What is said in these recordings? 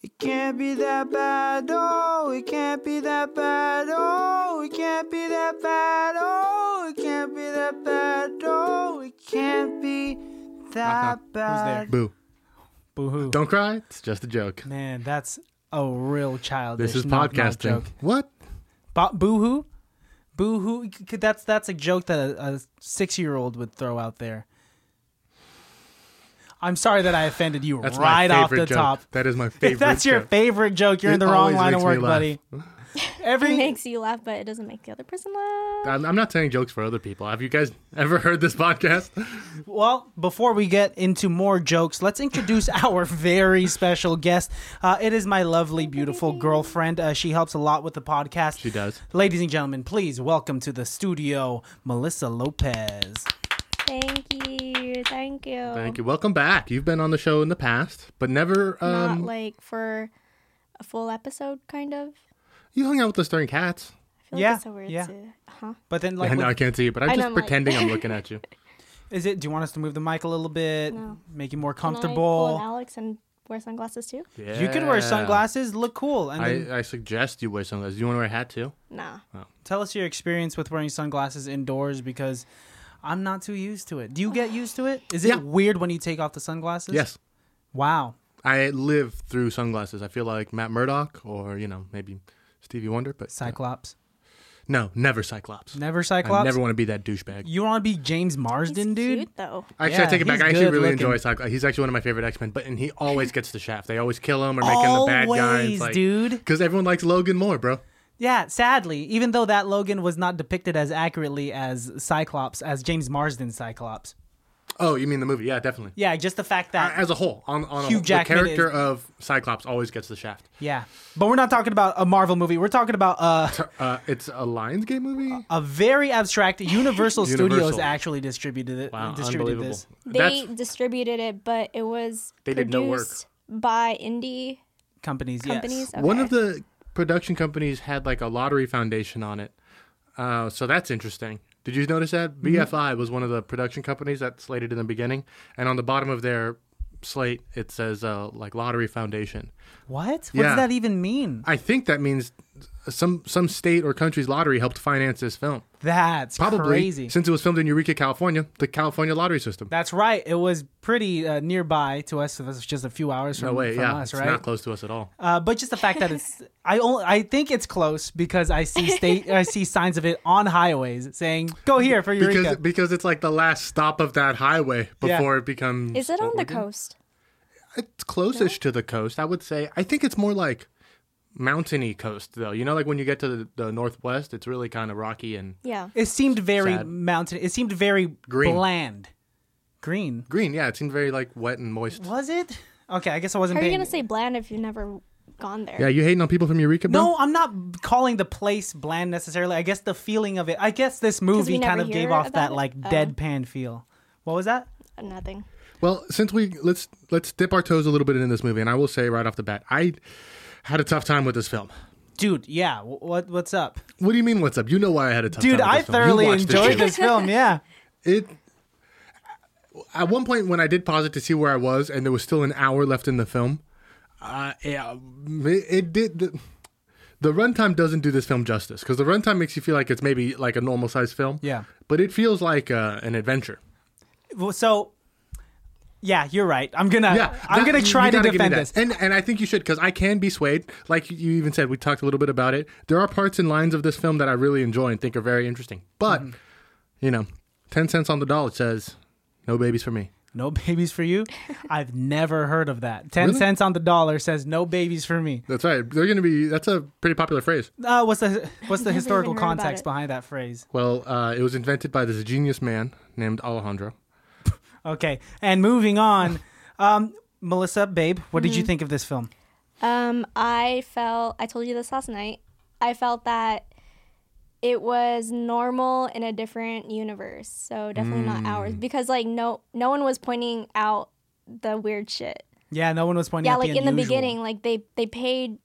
It can't be that bad, oh, it can't be that bad, oh, it can't be that bad, oh, it can't be that bad, oh, it can't be that Knock, knock. Who's there? bad. Boo. Boo hoo. Don't cry. It's just a joke. Man, that's a real childish. This is knock, knock podcasting. joke. What? Bo- boo hoo, boo hoo. C- That's that's a joke that a, a six year old would throw out there. I'm sorry that I offended you That's right my off favorite the joke. top. That is my favorite. If that's your joke. favorite joke, you're in It the wrong always line of makes me work, laugh. buddy. Every It makes you laugh, but it doesn't make the other person laugh. I'm, I'm not saying jokes for other people. Have you guys ever heard this podcast? Well, before we get into more jokes, let's introduce our very special guest. Uh, it is my lovely, beautiful girlfriend. Uh, she helps a lot with the podcast. She does. Ladies and gentlemen, please welcome to the studio, Melissa Lopez. Thank you, thank you. Thank you. Welcome back. You've been on the show in the past, but never. Not Um, like for a full episode, kind of. you hung out with us during Cats. I feel Yeah, like it's so weird yeah. to. Huh? But then, like, I know I with- can't see you, but I'm I know, just I'm like- pretending I'm looking at you. is it? Do you want us to move the mic a little bit, make you more Can I pull an comfortable? Alex and wear sunglasses too? You could wear sunglasses, look cool, and then I, I suggest you wear sunglasses. Do you want to wear a hat too? Nah. tell us your experience with wearing sunglasses indoors because. I'm not too used to it. Do you get used to it? Is it Yeah. weird when you take off the sunglasses? Yes. Wow. I live through sunglasses. I feel like Matt Murdock or, you know, maybe Stevie Wonder, but Cyclops. no, never Cyclops. Never I Cyclops. never want to be that douchebag. You want to be James He's Marsden, dude? cute though. Actually, I Yeah, take it back. he's I actually good really looking. enjoy Cyclops. He's actually one of my favorite X Men, but and he always gets the shaft. They always kill him or make him the bad guy. Always, It's like- dude. Because everyone likes Logan more, bro. Yeah, sadly, even though that Logan was not depicted as accurately as Cyclops, as James Marsden Cyclops. Oh, you mean the movie? Yeah, definitely. Yeah, just the fact that. As a whole, on, on a Hugh whole, the Jackman character is- of Cyclops always gets the shaft. yeah. But we're not talking about a Marvel movie. We're talking about uh, Uh, it's a Lionsgate movie. a very abstract. Universal, Studios Universal. actually distributed it. wow, distributed unbelievable. this. They That's distributed it, but it was They did produced no work. by indie Companies, companies. yes. Okay. One of the production companies had like a lottery foundation on it. Uh, so that's interesting. Did you notice Mm-hmm. that? BFI was one of the production companies that slated in the beginning. And on the bottom of their slate, it says uh, like lottery foundation. What? What Yeah. does that even mean? I think that means some some state or country's lottery helped finance this film. That's Probably crazy. since it was filmed in Eureka, California, the California lottery system. That's right. It was pretty uh, nearby to us. It was just a few hours from, no way, from yeah, us, it's right? not close to us at all. Uh, but just the fact that it's, I only, I think it's close because I see state, I see signs of it on highways saying, "Go here for Eureka." Because because it's like the last stop of that highway Yeah. before it becomes. Is it on the Oregon? coast? It's closish to the coast, I would say. I think it's more like mountainy coast, though. You know, like when you get to the, the northwest, it's really kind of rocky and Yeah. it seemed very Sad. mountain. It seemed very Green. bland. Green green. Yeah, it seemed very like wet and moist. was it? Okay, I guess I wasn't. How are you paying- gonna say bland if you've never gone there? Yeah, you hating on people from Eureka, bro? No, I'm not calling the place bland necessarily. I guess the feeling of it. I guess this movie never kind of gave hear off about that it? like Oh. deadpan feel. What was that? Nothing. Well, since we let's let's dip our toes a little bit in this movie, and I will say right off the bat, I had a tough time with this film. Dude, yeah. wh- What what's up? What do you mean? What's up? You know why I had a tough Dude, time. I with this film. You thoroughly watched it, enjoyed too. this film. Yeah. it at one point when I did pause it to see where I was, and there was still an hour left in the film. Uh, yeah, it, it did. The, the runtime doesn't do this film justice because the runtime makes you feel like it's maybe like a normal sized film. Yeah. but it feels like uh, an adventure. Well, so yeah, you're right. I'm gonna Yeah, I'm that- gonna you try to gotta give me defend that. this. and and I think you should because I can be swayed. Like you even said, we talked a little bit about it. There are parts and lines of this film that I really enjoy and think are very interesting. But Mm-hmm. you know, ten cents on the dollar says no babies for me. No babies for you? I've never heard of that. Ten cents on the dollar says no babies for me. That's right. They're going to be. That's a pretty popular phrase. Uh, what's the what's the historical even heard about context it. behind that phrase? Well, uh, it was invented by this genius man named Alejandro. Okay, and moving on. Um, Melissa, babe, what Mm-hmm. did you think of this film? Um, I felt I told you this last night. I felt that it was normal in a different universe, so definitely not ours Mm. because like no no one was pointing out the weird shit. Yeah, no one was pointing Yeah, out like in the unusual. beginning, like they they paid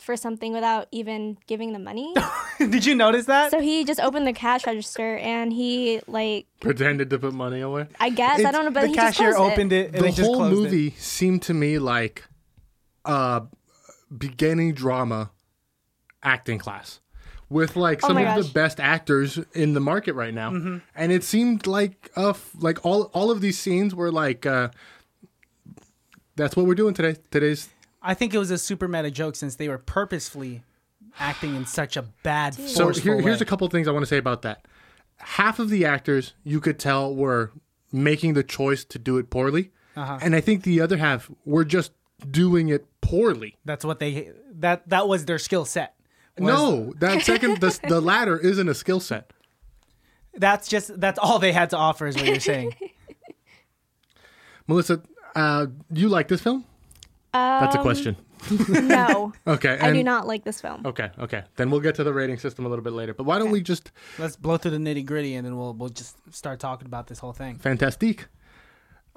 for something without even giving the money. did you notice that? so he just opened the cash register and he like Pretended to put money away. I guess I It's- don't know, but the he cashier just closed opened it, and the then just whole closed it. movie seemed to me like uh, beginning drama acting class with like Oh some my of the gosh. best actors in the market right now, Mm-hmm. and it seemed like uh f- like all all of these scenes were like uh, that's what we're doing today. Today's I think it was a super meta joke since they were purposefully acting in such a bad, so forceful here, here's way. a couple things I want to say about that. Half of the actors you could tell were making the choice to do it poorly, Uh-huh. and I think the other half were just doing it poorly. That's what they that that was their skill set. was- No, that second the, the latter isn't a skill set. That's just that's all they had to offer is what you're saying. Melissa, uh, you like this film? That's a Um, question. No, Okay, and, I do not like this film. Okay, okay. Then we'll get to the rating system a little bit later. But why don't we just Let's blow through the nitty gritty and then we'll we'll just start talking about this whole thing. fantastique?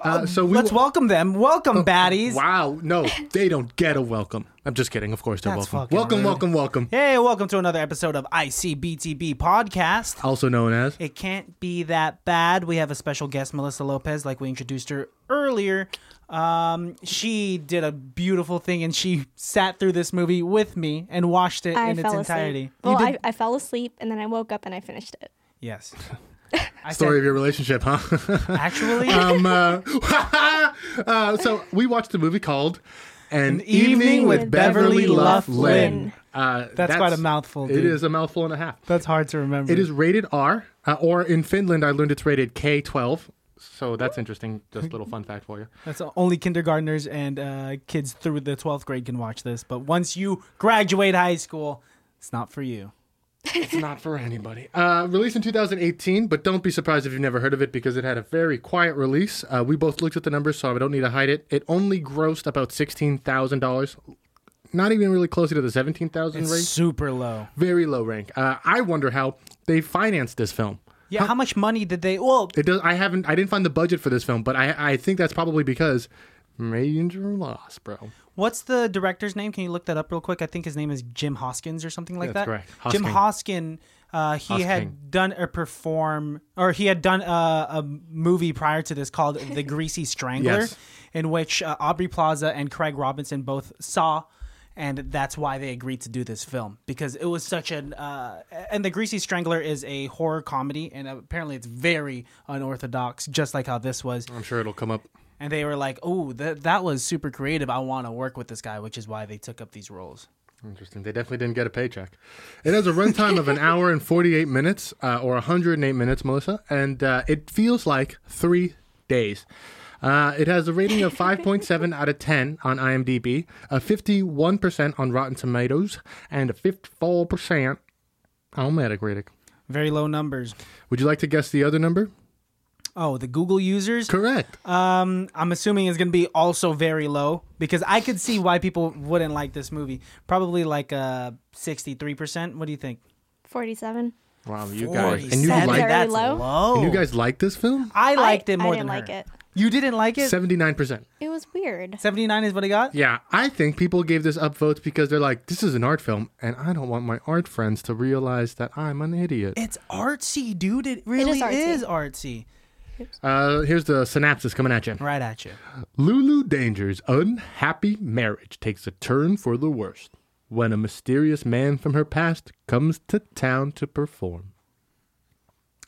Uh, so we Um, Let's welcome them. Welcome, baddies. Oh, wow. No, they don't get a welcome. I'm just kidding. Of course they're That's welcome. fucking Welcome, rude. welcome, welcome. Hey, welcome to another episode of ICBTB podcast. Also known as It can't be that bad. We have a special guest, Melissa Lopez, like we introduced her earlier. Um, she did a beautiful thing, and she sat through this movie with me and watched it I in its fell entirety. asleep. Well, you I, I fell asleep and then I woke up and I finished it. yes. I story of said, your relationship, huh? actually, um, uh, uh, so we watched a movie called An, Evening with Beverly Loughlin. Uh, That's quite a mouthful, It dude. is a mouthful and a half. that's hard to remember. It is rated R, uh, or in Finland, I learned it's rated K12. So that's interesting. Just a little fun fact for you. That's only kindergartners and uh, kids through the twelfth grade can watch this. But once you graduate high school, it's not for you. It's not for anybody. Uh, released in 2018, but don't be surprised if you've never heard of it because it had a very quiet release. Uh, we both looked at the numbers, so I don't need to hide it. It only grossed about $16,000. Not even really closely to the 17000 range. Super low. Very low rank. Uh, I wonder how they financed this film. Yeah, how much money did they? Well, It does. I haven't. I didn't find the budget for this film, but I, I think that's probably because major loss, bro. What's the director's name? Can you look that up real quick? I think his name is Jim Hoskins or something like That's that. correct. Jim Hoskin. Uh, he Hosking. had done a perform, or he had done uh, a, a movie prior to this called The Greasy Strangler, Yes. in which uh, Aubrey Plaza and Craig Robinson both saw, and that's why they agreed to do this film because it was such an. Uh, and The Greasy Strangler is a horror comedy, and apparently it's very unorthodox, just like how this was I'm sure it'll come up. and they were like, "Oh, that that was super creative. I want to work with this guy," which is why they took up these roles. Interesting. They definitely didn't get a paycheck. It has a runtime of an hour and 48 minutes, uh, or 108 minutes, Melissa, and uh, it feels like three days. Uh, it has a rating of 5.7 out of 10 on IMDb, a 51% on Rotten Tomatoes, and a 54% on Metacritic. Very low numbers. Would you like to guess the other number? Oh, the Google users. Correct. Um, I'm assuming is going to be also very low because I could see why people wouldn't like this movie. Probably like uh 63%. What do you think? Forty-seven. wow, you Uh, guys. And 47? you, That's like, very That's low. low. and you guys like this film? Oh. I liked I- it more I didn't than like her. it. You didn't like it? 79%. It was weird. 79 is what I got? Yeah, I think people gave this upvotes because they're like, this is an art film, and I don't want my art friends to realize that I'm an idiot. It's artsy, dude. It really artsy. is artsy. Uh, here's the synopsis coming at you. Right at you. Lulu Danger's unhappy marriage takes a turn for the worst when a mysterious man from her past comes to town to perform.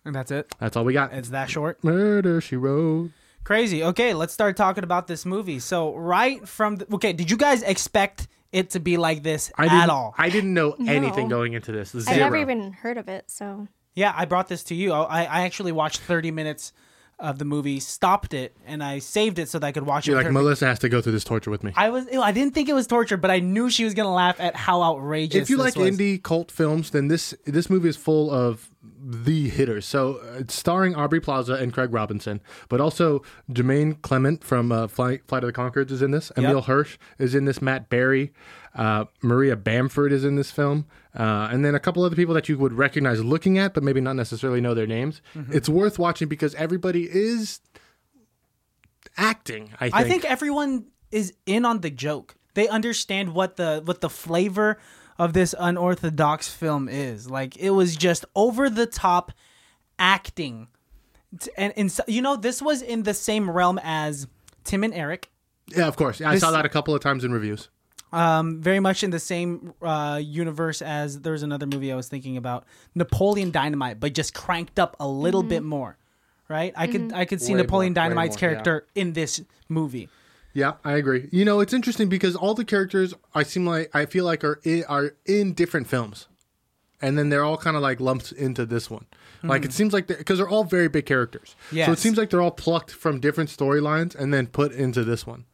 And that's it. That's all we got. It's that short. Murder, she wrote. Crazy. Okay, let's start talking about this movie. So, right from the, okay, did you guys expect it to be like this I at didn't- all? I didn't know anything No. going into this. Zero. I've never even heard of it, so yeah, I brought this to you. I, I actually watched 30 minutes of the movie, stopped it, and I saved it so that I could watch You're it. like, with her. Melissa has to go through this torture with me. I was. ew, I didn't think it was torture, but I knew she was gonna laugh at how outrageous. if you this like was. indie cult films, then this this movie is full of the hitters. So uh, it's starring Aubrey Plaza and Craig Robinson, but also Jermaine Clement from uh, Fly, Flight of the Conchords is in this. Emil Hirsch is in this. Matt Berry, uh, Maria Bamford is in this film, uh, and then a couple other people that you would recognize looking at, but maybe not necessarily know their names. It's worth watching because everybody is acting. I think. I think everyone is in on the joke. They understand what the what the flavor of this unorthodox film is. Like it was just over the top acting, T- and, and so- you know this was in the same realm as Tim and Eric. yeah, of course. I saw that a couple of times in reviews. Um, very much in the same uh, universe as there was another movie I was thinking about, Napoleon Dynamite, but just cranked up a little bit more. Right? I could I could see Way Napoleon more- way Dynamite's more, yeah. character in this movie. Yeah, I agree. You know, it's interesting because all the characters I seem like I feel like are in, are in different films, and then they're all kind of like lumped into this one. Like it seems like because they're all very big characters, so it Yes. seems like they're all plucked from different storylines and then put into this one.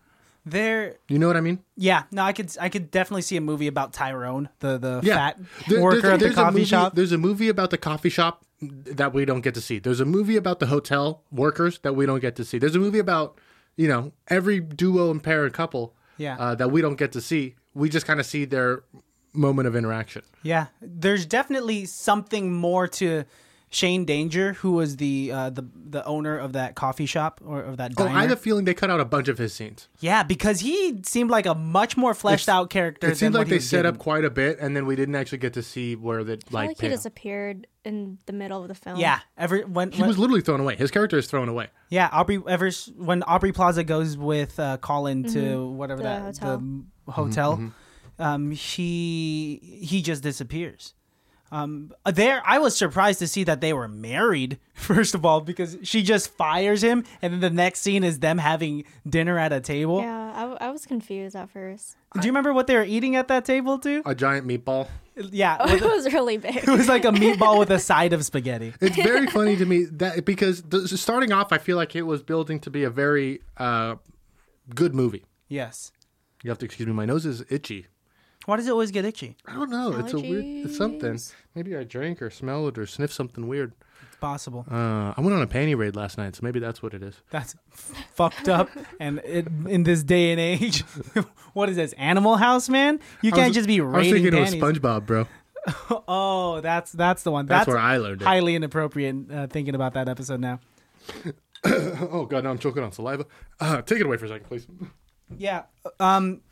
There You know what I mean? yeah, no, I could I could definitely see a movie about Tyrone, the the Yeah. fat There- worker there's at a- the there's a coffee movie- shop. There's a movie about the coffee shop that we don't get to see. There's a movie about the hotel workers that we don't get to see. There's a movie about you know every duo and pair and couple Yeah. uh, that we don't get to see. We just kind of see their moment of interaction. Yeah, there's definitely something more to Shane Danger, who was the uh, the the owner of that coffee shop or of that Oh, diner. I have a feeling they cut out a bunch of his scenes. yeah, because he seemed like a much more fleshed out character. It than seems like what they set up quite a bit, and then we didn't actually get to see where that I like, feel like he paid off. disappeared in the middle of the film. Yeah, every when, he when- was literally thrown away. His character is thrown away. yeah Aubrey ever when Aubrey Plaza goes with uh, Colin to whatever Mm-hmm. The that hotel. the hotel, um, he he just disappears. Um, there, I was surprised to see that they were married. First of all, because she just fires him, and then the next scene is them having dinner at a table. Yeah, I, w- I was confused at first. Do you remember what they were eating at that table too? A giant meatball. Yeah, Oh, it it was- was really big. it was like a meatball with a side of spaghetti. It's very funny to me that because the, starting off, I feel like it was building to be a very uh, good movie. Yes. You have to excuse me. My nose is itchy. Why does it always get itchy? I don't know. It's a weird it's something. Maybe I drank or smelled or sniffed something weird. It's possible. Uh, I went on a panty raid last night, so maybe that's what it is. That's fucked up. And it, in this day and age, what is this? Animal House, man? You I was- can't just be I was raiding thinking panties. it was SpongeBob, bro. Oh, that's that's the one. That's That's, where I learned it. highly inappropriate. Uh, thinking about that episode now. Oh god, now I'm choking on saliva. Uh, take it away for a second, please. Yeah. Um.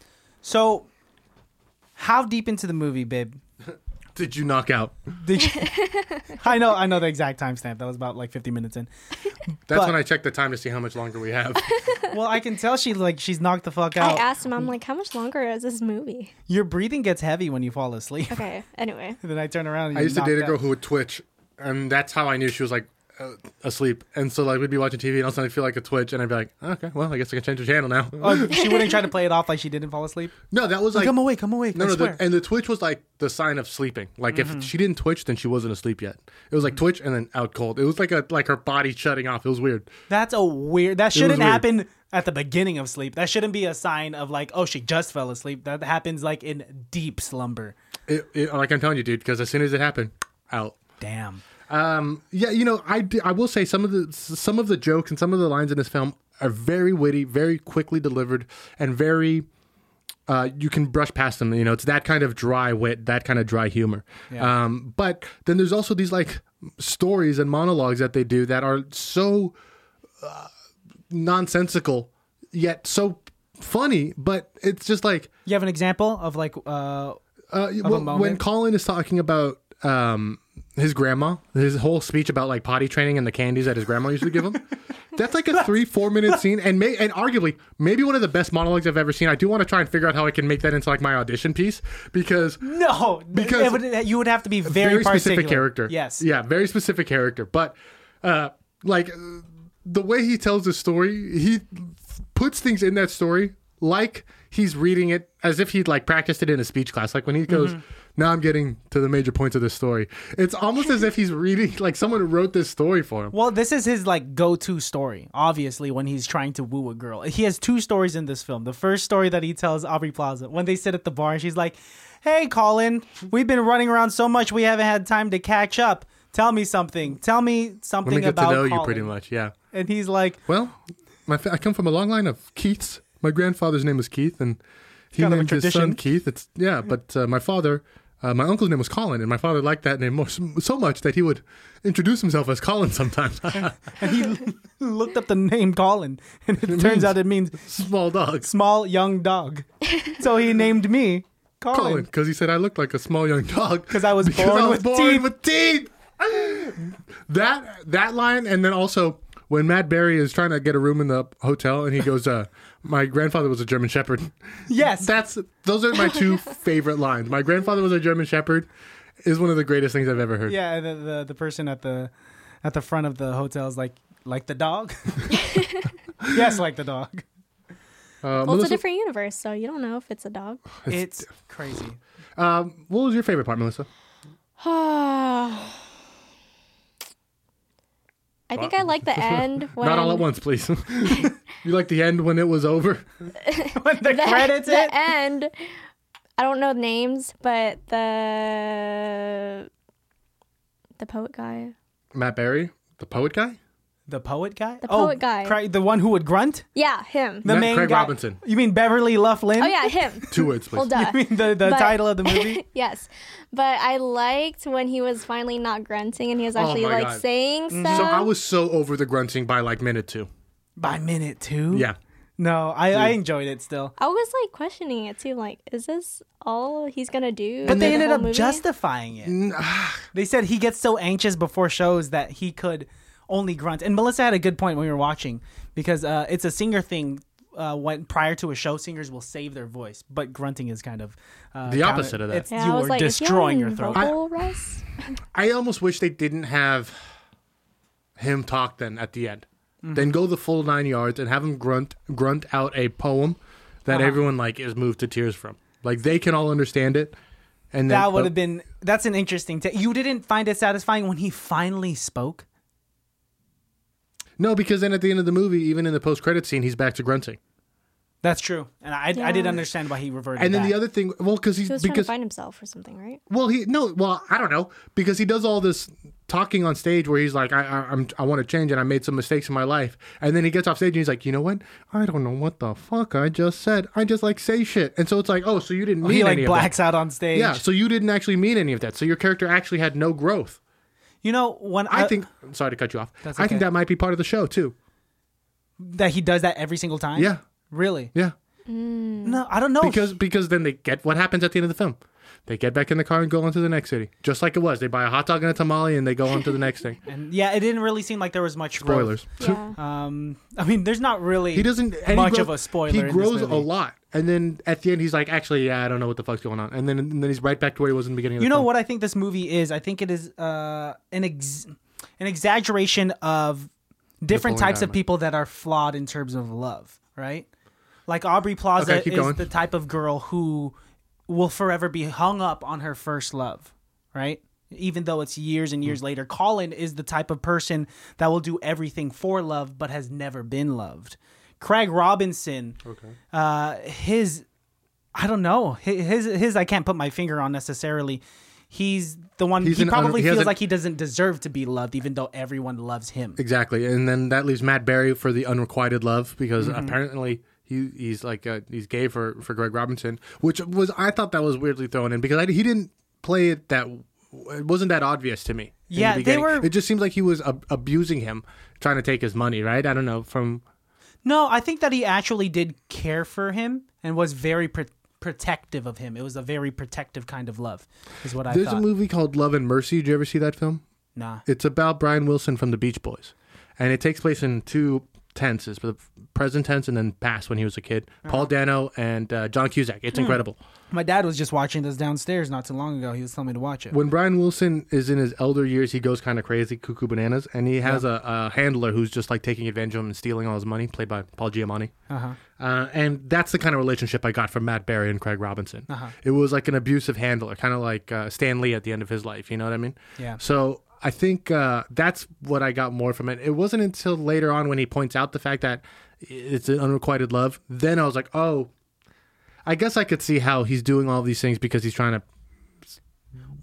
So, how deep into the movie, babe? Did you knock out? Did you, I know. I know the exact timestamp. That was about like 50 minutes in. That's But- when I checked the time to see how much longer we have. Well, I can tell she like she's knocked the fuck I out. asked him, I'm like, how much longer is this movie? Your breathing gets heavy when you fall asleep. Okay, anyway. then I turn around. And I you're used to date a knocked girl out. who would twitch, and that's how I knew she was like uh, asleep. And so like we'd be watching TV, and all of a sudden I'd feel like a twitch, and I'd be like, okay, well I guess I can change the channel now. Oh, she wouldn't try to play it off like she didn't fall asleep. no, that was like come awake, come awake. No, I no, swear. Mm-hmm. the, and the twitch was like the sign of sleeping. Like if she didn't twitch, then she wasn't asleep yet. It was like twitch and then out cold. It was like a like her body shutting off. It was weird. That's a weird. That shouldn't weird. happen at the beginning of sleep. That shouldn't be a sign of like, oh, she just fell asleep. That happens like in deep slumber. It, it, like I'm telling you, dude, because as soon as it happened, out. Damn. Um, yeah, you know, I, di- I will say some of the some of the jokes and some of the lines in this film are very witty, very quickly delivered, and very uh, you can brush past them. You know, it's that kind of dry wit, that kind of dry humor. Yeah. Um, but then there's also these like stories and monologues that they do that are so uh, nonsensical yet so funny. But it's just like You have an example of like, uh, uh, well, when moment? Colin is talking about um, his grandma, his whole speech about like potty training and the candies that his grandma used to give him, that's like a three four minute scene, and may and arguably maybe one of the best monologues I've ever seen. I do want to try and figure out how I can make that into like my audition piece because no, because Because- it would, you would have to be very, very specific particular. character. Yes. Yeah, very specific character. But uh, like uh, the way he tells the story, he puts things in that story like he's reading it as if he'd like practiced it in a speech class. Like when he goes, Mm-hmm. "Now I'm getting to the major points of this story." It's almost as if he's reading like someone wrote this story for him. Well, this is his like go-to story. Obviously, when he's trying to woo a girl, he has two stories in this film. The first story that he tells Aubrey Plaza when they sit at the bar, and she's like, "Hey, Colin, we've been running around so much we haven't had time to catch up. Tell me something. Tell me something Let me get to about know you Colin." pretty much. Yeah. And he's like, Well, my fa- I come from a long line of Keiths. My grandfather's name was Keith, and he kind of a named his son tradition. Mm-hmm. Keith. It's yeah, but uh, my father, uh, my uncle's name was Colin, and my father liked that name more, so much that he would introduce himself as Colin sometimes. and he looked up the name Colin, and it, turns out it means Small dog, small young dog. so he named me Colin, Colin. because he said I looked like a small young dog 'Cause I was because born I was with born teeth. with teeth. that that line, and then also when Matt Berry is trying to get a room in the hotel and he goes, uh, "My grandfather was a German Shepherd." Yes. That's those are my two favorite lines. My grandfather was a German Shepherd is one of the greatest things I've ever heard. yeah, the, the the person at the at the front of the hotel is like like the dog. yes, like the dog. Uh, Well, it's a Melissa, different universe, so you don't know if it's a dog. It's crazy. um, what was your favorite part, Melissa? I think I like the end when Not all at once, please. you like the end when it was over? when the, the, credits the e- hit. end. I don't know the names, but the the poet guy. Matt Berry, the poet guy. The poet guy? The poet guy. the one who would grunt? Yeah, him. The Not main Craig guy. Robinson. You mean Beverly Loughlin? oh yeah, him. Two words, please. Well, duh. I mean the, the But- title of the movie? yes, but I liked when he was finally not grunting and he was actually Oh my like God. saying Mm-hmm. stuff. So I was so over the grunting by like minute two. By minute two? Yeah. No, I, I enjoyed it still. I was like questioning it too. Like, is this all he's gonna do? But they in the ended whole up movie? justifying it. they said he gets so anxious before shows that he could only grunt. And Melissa had a good point when we were watching because uh, it's a singer thing. Uh, when prior to a show, singers will save their voice, but grunting is kind of uh, The counter- opposite of that. It's, Yeah, you I are was like, is he destroying on your throat. vocal rest? I almost wish they didn't have him talk then at the end. Then go the full nine yards and have him grunt grunt out a poem that everyone like is moved to tears from. Like they can all understand it. And then, That would have been. That's an interesting. ta- you didn't find it satisfying when he finally spoke. no, because then at the end of the movie, even in the post credit scene, he's back to grunting. That's true, and I, I did Yeah. understand why he reverted. And then back. the other thing, well, because he's He was trying to because find himself or something, right? Well, he no. Well, I don't know because he does all this talking on stage where he's like, I, I I'm I want to change and I made some mistakes in my life, and then he gets off stage and he's like, you know what? I don't know what the fuck I just said. I just like say shit, and so it's like, oh, so you didn't mean he like any blacks out on stage. of that. Yeah, so you didn't actually mean any of that. So your character actually had no growth. You know when I think. Sorry to cut you off. Uh, That's I think okay. that might be part of the show too. that he does that every single time. Yeah. Really? Yeah, No, I don't know. because because then they get what happens at the end of the film. They get back in the car and go on to the next city, just like it was. They buy a hot dog and a tamale, and they go on to the next thing. and yeah, it didn't really seem like there was much Spoilers. Yeah. Growth. Um, I mean, there's not really. he doesn't and he much grows- of a spoiler. He in this grows movie. a lot, and then at the end he's like, "Actually, yeah, I don't know what the fuck's going on," and then and then he's right back to where he was in the beginning. Of You know the film. what I think this movie is? I think it is uh, an ex- an exaggeration of different Napoleon types of Dynamite. people that are flawed in terms of love, right? Like Aubrey Plaza Okay, keep is going. the type of girl who will forever be hung up on her first love, right? Even though it's years Hmm. and years later, Colin is the type of person that will do everything for love but has never been loved. Craig Robinson, uh, his I don't know. Hi- His his I can't put my finger on necessarily. He's the one He's he an un- probably he has feels an- like he doesn't deserve to be loved even though everyone loves him. Exactly, and then that leaves Matt Berry for the unrequited love because Mm-hmm. apparently he he's like uh, he's gay for for Greg Robinson, which was I thought that was weirdly thrown in because I, he didn't play it that it wasn't that obvious to me. in the Yeah, they beginning. were- It just seemed like he was ab- abusing him, trying to take his money. Right? I don't know from No, I think that he actually did care for him and was very pro- protective of him. It was a very protective kind of love is what I There's thought. a movie called Love and Mercy. Did you ever see that film? Nah. It's about Brian Wilson from the Beach Boys, and it takes place in two tenses: the present tense and then past when he was a kid. Paul Uh-huh. Dano and uh, John Cusack. It's Hmm. incredible. My dad was just watching this downstairs not too long ago. He was telling me to watch it. When Brian Wilson is in his elder years, he goes kind of crazy, cuckoo bananas, and he has a, a handler who's just like taking advantage of him and stealing all his money, played by Paul Giamatti. Uh-huh. and that's the kind of relationship I got from Matt Berry and Craig Robinson. Uh-huh. It was like an abusive handler, kind of like uh, Stan Lee at the end of his life. You know what I mean? Yeah. So I think uh, that's what I got more from it. It wasn't until later on when he points out the fact that it's an unrequited love. Then I was like, oh, I guess I could see how he's doing all these things because he's trying to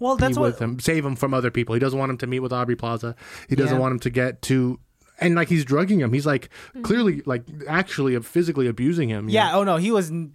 Well, that's be what with him, save him from other people. He doesn't want him to meet with Aubrey Plaza. He doesn't Yeah. want him to get to, and like he's drugging him. He's like clearly, like actually, physically abusing him. you Mm-hmm. Yeah. know? Oh no, he was n-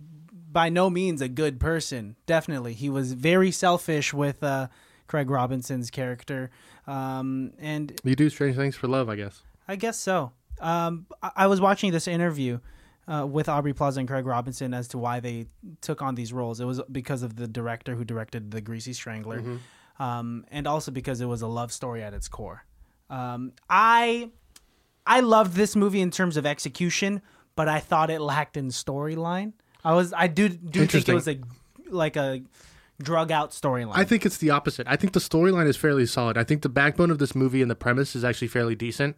by no means a good person. Definitely, he was very selfish with uh, Craig Robinson's character, um, and you do strange things for love, I guess. I guess so. Um, I-, I was watching this interview uh, with Aubrey Plaza and Craig Robinson as to why they took on these roles. It was because of the director who directed The Greasy Strangler, Mm-hmm. um, and also because it was a love story at its core. Um, I I loved this movie in terms of execution, but I thought it lacked in storyline. I was I do do think it Interesting. was a like a drug out storyline. I think it's the opposite. I think the storyline is fairly solid. I think the backbone of this movie and the premise is actually fairly decent,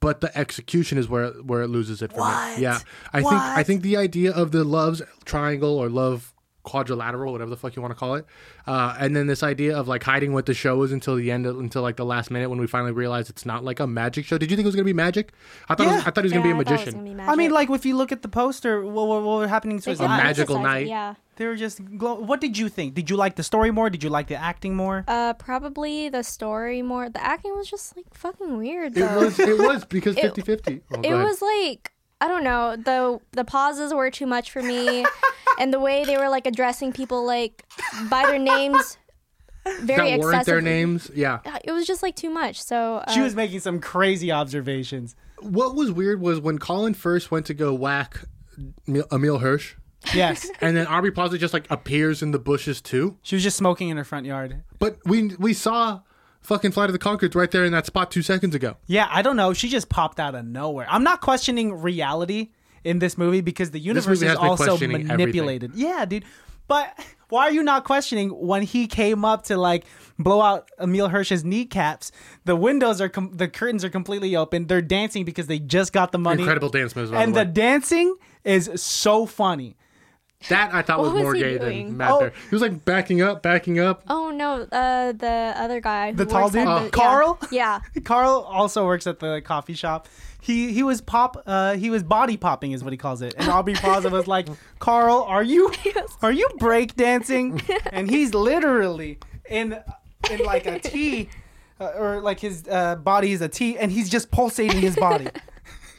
but the execution is where where it loses it for What? me. Yeah, I think I think the idea of the love's triangle or love quadrilateral, whatever the fuck you want to call it, uh, and then this idea of like hiding what the show is until the end, until like the last minute when we finally realize it's not like a magic show. Did you think it was gonna be magic? I thought it was, Yeah. I thought he was gonna be Yeah, a I thought it was magician. gonna be I mean, magic. like if you look at the poster, what what, what were happening to They his kept a eyes? magical emphasizing- night. Yeah. They were just glow. What did you think? Did you like the story more? Did you like the acting more? Uh, probably the story more. The acting was just like fucking weird It though. was it was because 50-50. Oh, go it ahead. was like I don't know the the pauses were too much for me, and the way they were like addressing people like by their names, very that weren't their excessively. names. Yeah. It was just like too much. So uh, she was making some crazy observations. What was weird was when Colin first went to go whack Emil- Emil Hirsch, Yes, and then Aubrey Plaza just like appears in the bushes too. she was just smoking in her front yard. But we we saw fucking Flight of the Concords right there in that spot two seconds ago. Yeah, I don't know. She just popped out of nowhere. I'm not questioning reality in this movie because the universe movie is has me also questioning manipulated. Yeah, dude. But why are you not questioning when he came up to like blow out Emil Hirsch's kneecaps? The windows are com- the curtains are completely open. They're dancing because they just got the money. Incredible dance moves. By And the the way. dancing is so funny. that I thought was, What was more he gay doing? than Matt. Oh. There, he was like backing up, backing up. oh no, uh, the other guy, who The tall works at dude? the- Uh, Oh. Carl? yeah. Yeah, Carl also works at the coffee shop. He he was pop uh he was body popping is what he calls it. And Aubrey Plaza was like, "Carl, are you are you break dancing?" And he's literally in in like a T uh, or like his uh, body is a T and he's just pulsating his body.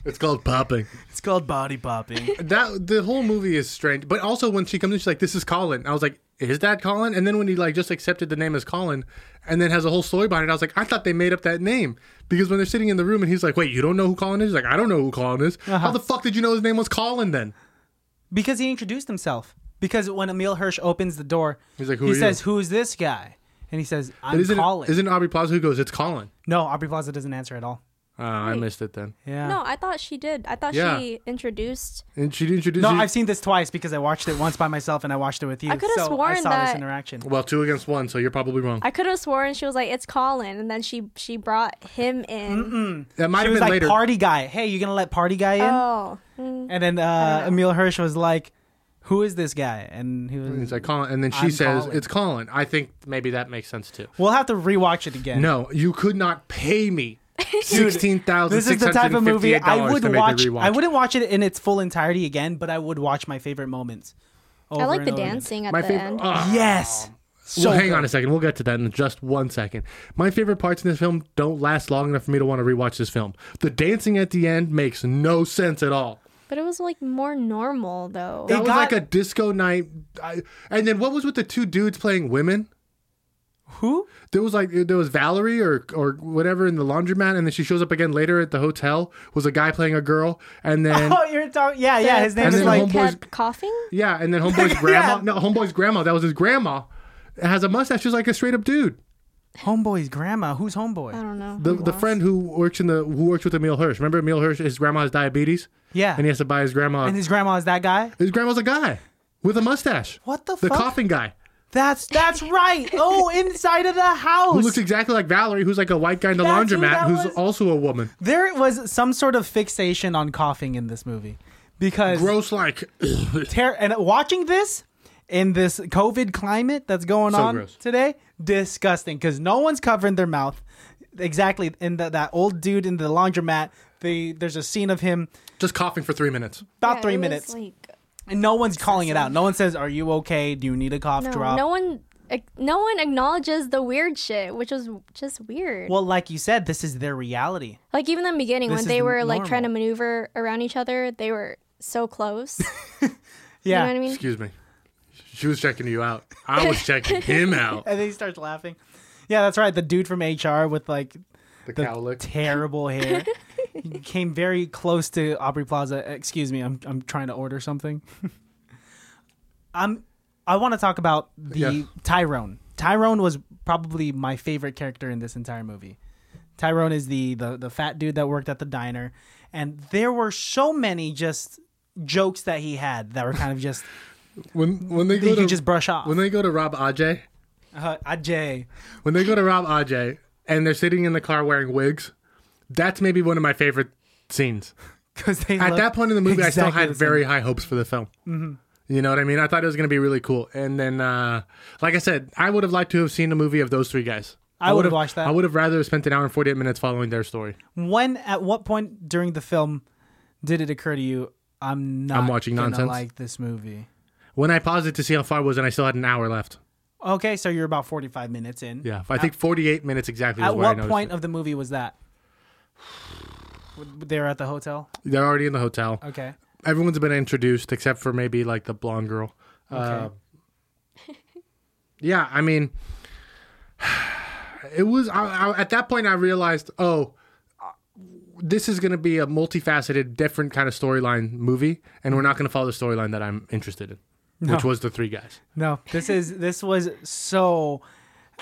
It's called popping. It's called body popping. That the whole movie is strange. But also when she comes in, she's like, "This is Colin." I was like, "Is that Colin?" And then when he like just accepted the name as Colin, and then has a whole story behind it, I was like, "I thought they made up that name." Because when they're sitting in the room and he's like, "Wait, you don't know who Colin is?" He's like, "I don't know who Colin is." Uh-huh. How the fuck did you know his name was Colin then? Because he introduced himself. Because when Emil Hirsch opens the door, He's like, "Who he are you?" says, "Who's this guy?" And he says, "I'm Isn't Colin." it, isn't it Aubrey Plaza who goes, "It's Colin"? no, Aubrey Plaza doesn't answer at all. Uh, I missed it then. Yeah. no, I thought she did. I thought Yeah. she introduced. And she introduced. No, you- I've seen this twice because I watched it once by myself and I watched it with you. I could've so sworn I saw this that- interaction. well two against one, so you're probably wrong. I could have sworn she was like, "It's Colin," and then she she brought him in. that might She have was been like, later. "Party guy, hey, you gonna let party guy in?" Oh, Mm. and then uh, Emil Hirsch was like, "Who is this guy?" And he was. He's like Colin, and then she I'm says, Colin. "It's Colin." I think maybe that makes sense too. We'll have to rewatch it again. No, you could not pay me sixteen thousand. This is the type of movie I would to make watch. Me rewatch. I wouldn't watch it in its full entirety again, but I would watch my favorite moments. I like and the over again. dancing at My the favorite. end. ah. Yes. So well, hang good. on a second. We'll get to that in just one second. My favorite parts in this film don't last long enough for me to want to rewatch this film. The dancing at the end makes no sense at all. But it was like more normal though. That It was got- like a disco night. I, and then what was with the two dudes playing women? Who? There was like there was Valerie or or whatever in the laundromat, and then she shows up again later at the hotel. Was a guy playing a girl, and then Oh, you're talking. Yeah, yeah. His name And is then like. Homeboys- kept coughing. yeah, and then homeboy's grandma. No, homeboy's grandma. That was his grandma. Has a mustache. She's like a straight up dude. Homeboy's grandma. Who's homeboy? I don't know. The Oh, the friend who works in the who works with Emil Hirsch. Remember Emil Hirsch? His grandma has diabetes, Yeah. and he has to buy his grandma. and his grandma is that guy. his grandma's a guy with a mustache. What the The fuck? coughing guy That's that's right. Oh, inside of the who house. looks exactly like Valerie, who's like a white guy in the That's who laundromat, that who's was. also a woman. there was some sort of fixation on coughing in this movie because Gross, like ter- and watching this in this COVID climate that's going So on gross. today, disgusting because no one's covering their mouth. Exactly, and that that old dude in the laundromat. The, there's a scene of him just coughing for three minutes. about Yeah, it three was, minutes, like- and no one's calling it out. No one says, "Are you okay? Do you need a cough no, drop?" no one, ac- no one acknowledges the weird shit, which was just weird. Well, like you said, this is their reality. like even in the beginning this when is they were like normal. trying to maneuver around each other, they were so close. Yeah, You know what I mean? Excuse me. She was checking you out. I was checking him out. and then he starts laughing. Yeah, that's right. The dude from HR with like The the cowlick. terrible hair. he came very close to Aubrey Plaza. Excuse me, I'm I'm trying to order something. I'm I want to talk about the Yeah. Tyrone. Tyrone was probably my favorite character in this entire movie. Tyrone is the, the the fat dude that worked at the diner, and there were so many just jokes that he had that were kind of just When when they that go you to could just brush off. when they go to Rob Ajay, Uh, Ajay, when they go to Rob Ajay and they're sitting in the car wearing wigs, that's maybe one of my favorite scenes. because they At look that point in the movie, I still exactly had the same. Mm-hmm. very high hopes for the film. You know what I mean? I thought it was going to be really cool. And then, uh, like I said, I would have liked to have seen a movie of those three guys. I would have watched that. I would have rather spent an hour and 48 minutes following their story. when at what point during the film did it occur to you I'm not I'm watching gonna nonsense. like this movie? When I paused it to see how far it was, and I still had an hour left. Okay, so you're about 45 minutes in. Yeah, I think 48 minutes exactly. Is At where I what noticed point it. of the movie was that? They're at the hotel. they're already in the hotel? Okay. Everyone's been introduced except for maybe like the blonde girl. Uh, Okay. yeah, I mean, it was I, I, at that point I realized, oh, uh, this is going to be a multifaceted, different kind of storyline movie, and we're not going to follow the storyline that I'm interested in, which was the three guys. No, this is this was so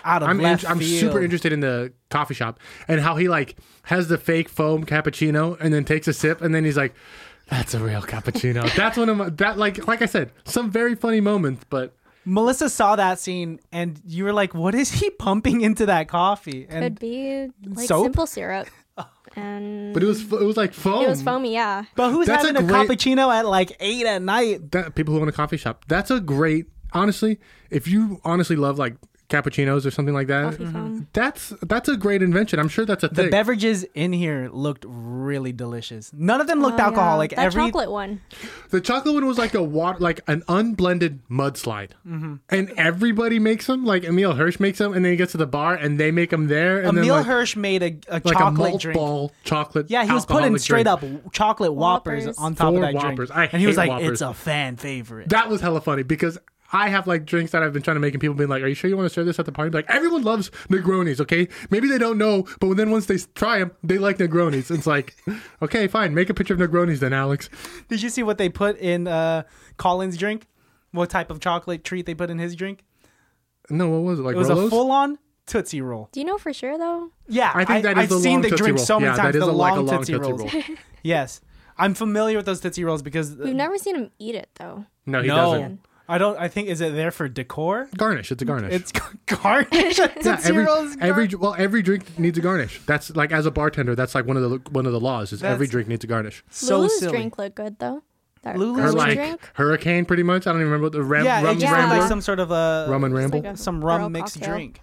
out of I'm left int- I'm field. super interested in the coffee shop and how he like has the fake foam cappuccino and then takes a sip and then he's like, "That's a real cappuccino." That's one of my that like like I said, some very funny moments, but Melissa saw that scene and you were like, "What is he pumping into that coffee?" Could And be like soap? Oh. simple syrup. And but it was fo- it was like foam. it was foamy, yeah. but who's That's a having a, great- cappuccino at like eight at night? That people who own a coffee shop. That's a great honestly. If you honestly love like cappuccinos or something like that, Coffee foam. that's that's a great invention. I'm sure that's a Mm-hmm. The thing. beverages in here looked really delicious. None of them looked Oh, yeah. alcoholic. That Every chocolate one. The chocolate one was like a water, like an unblended mudslide, Mm-hmm. and everybody makes them. Like Emil Hirsch makes them, and then he gets to the bar, and they make them there. And Emil then like, Hirsch made a, a like a chocolate malt drink. ball chocolate. Yeah, he was putting alcoholic straight drink. up chocolate whoppers, Whoppers. on top Four of that Whoppers. drink, I and he was hate like, Whoppers. "It's a fan favorite." That was hella funny because I have like drinks that I've been trying to make, and people being like, "Are you sure you want to serve this at the party?" Like everyone loves Negronis, okay? Maybe they don't know, but then once they s- try them, they like Negronis. It's like, okay, fine, make a picture of Negronis then, Alex. Did you see what they put in uh, Colin's drink? What type of chocolate treat they put in his drink? No, what was it like? It was Rolos? a full-on Tootsie Roll. Do you know for sure though? Yeah, I think that is I've the seen long the Tootsie drink Roll. so many Yeah, that times. is the a- like a long, long Tootsie, Tootsie rolls. Roll. yes, I'm familiar with those Tootsie Rolls because uh, We've never seen him eat it though. No, he no, doesn't. I don't. I think is it there for decor? Garnish. It's a garnish. It's garnish. Yeah, Tootsie every, Rolls every well, every drink needs a garnish. That's like as a bartender, that's like one of the one of the laws is every That's- drink needs a garnish. so Lulu's silly. drink looked good though. That Lulu's Her Lulu's like drink. hurricane, pretty much. I don't even remember what the ram, yeah, rum, it just looked rambler, like some sort of a rum and ramble. like a- some Girl rum mixed cocktail. drink.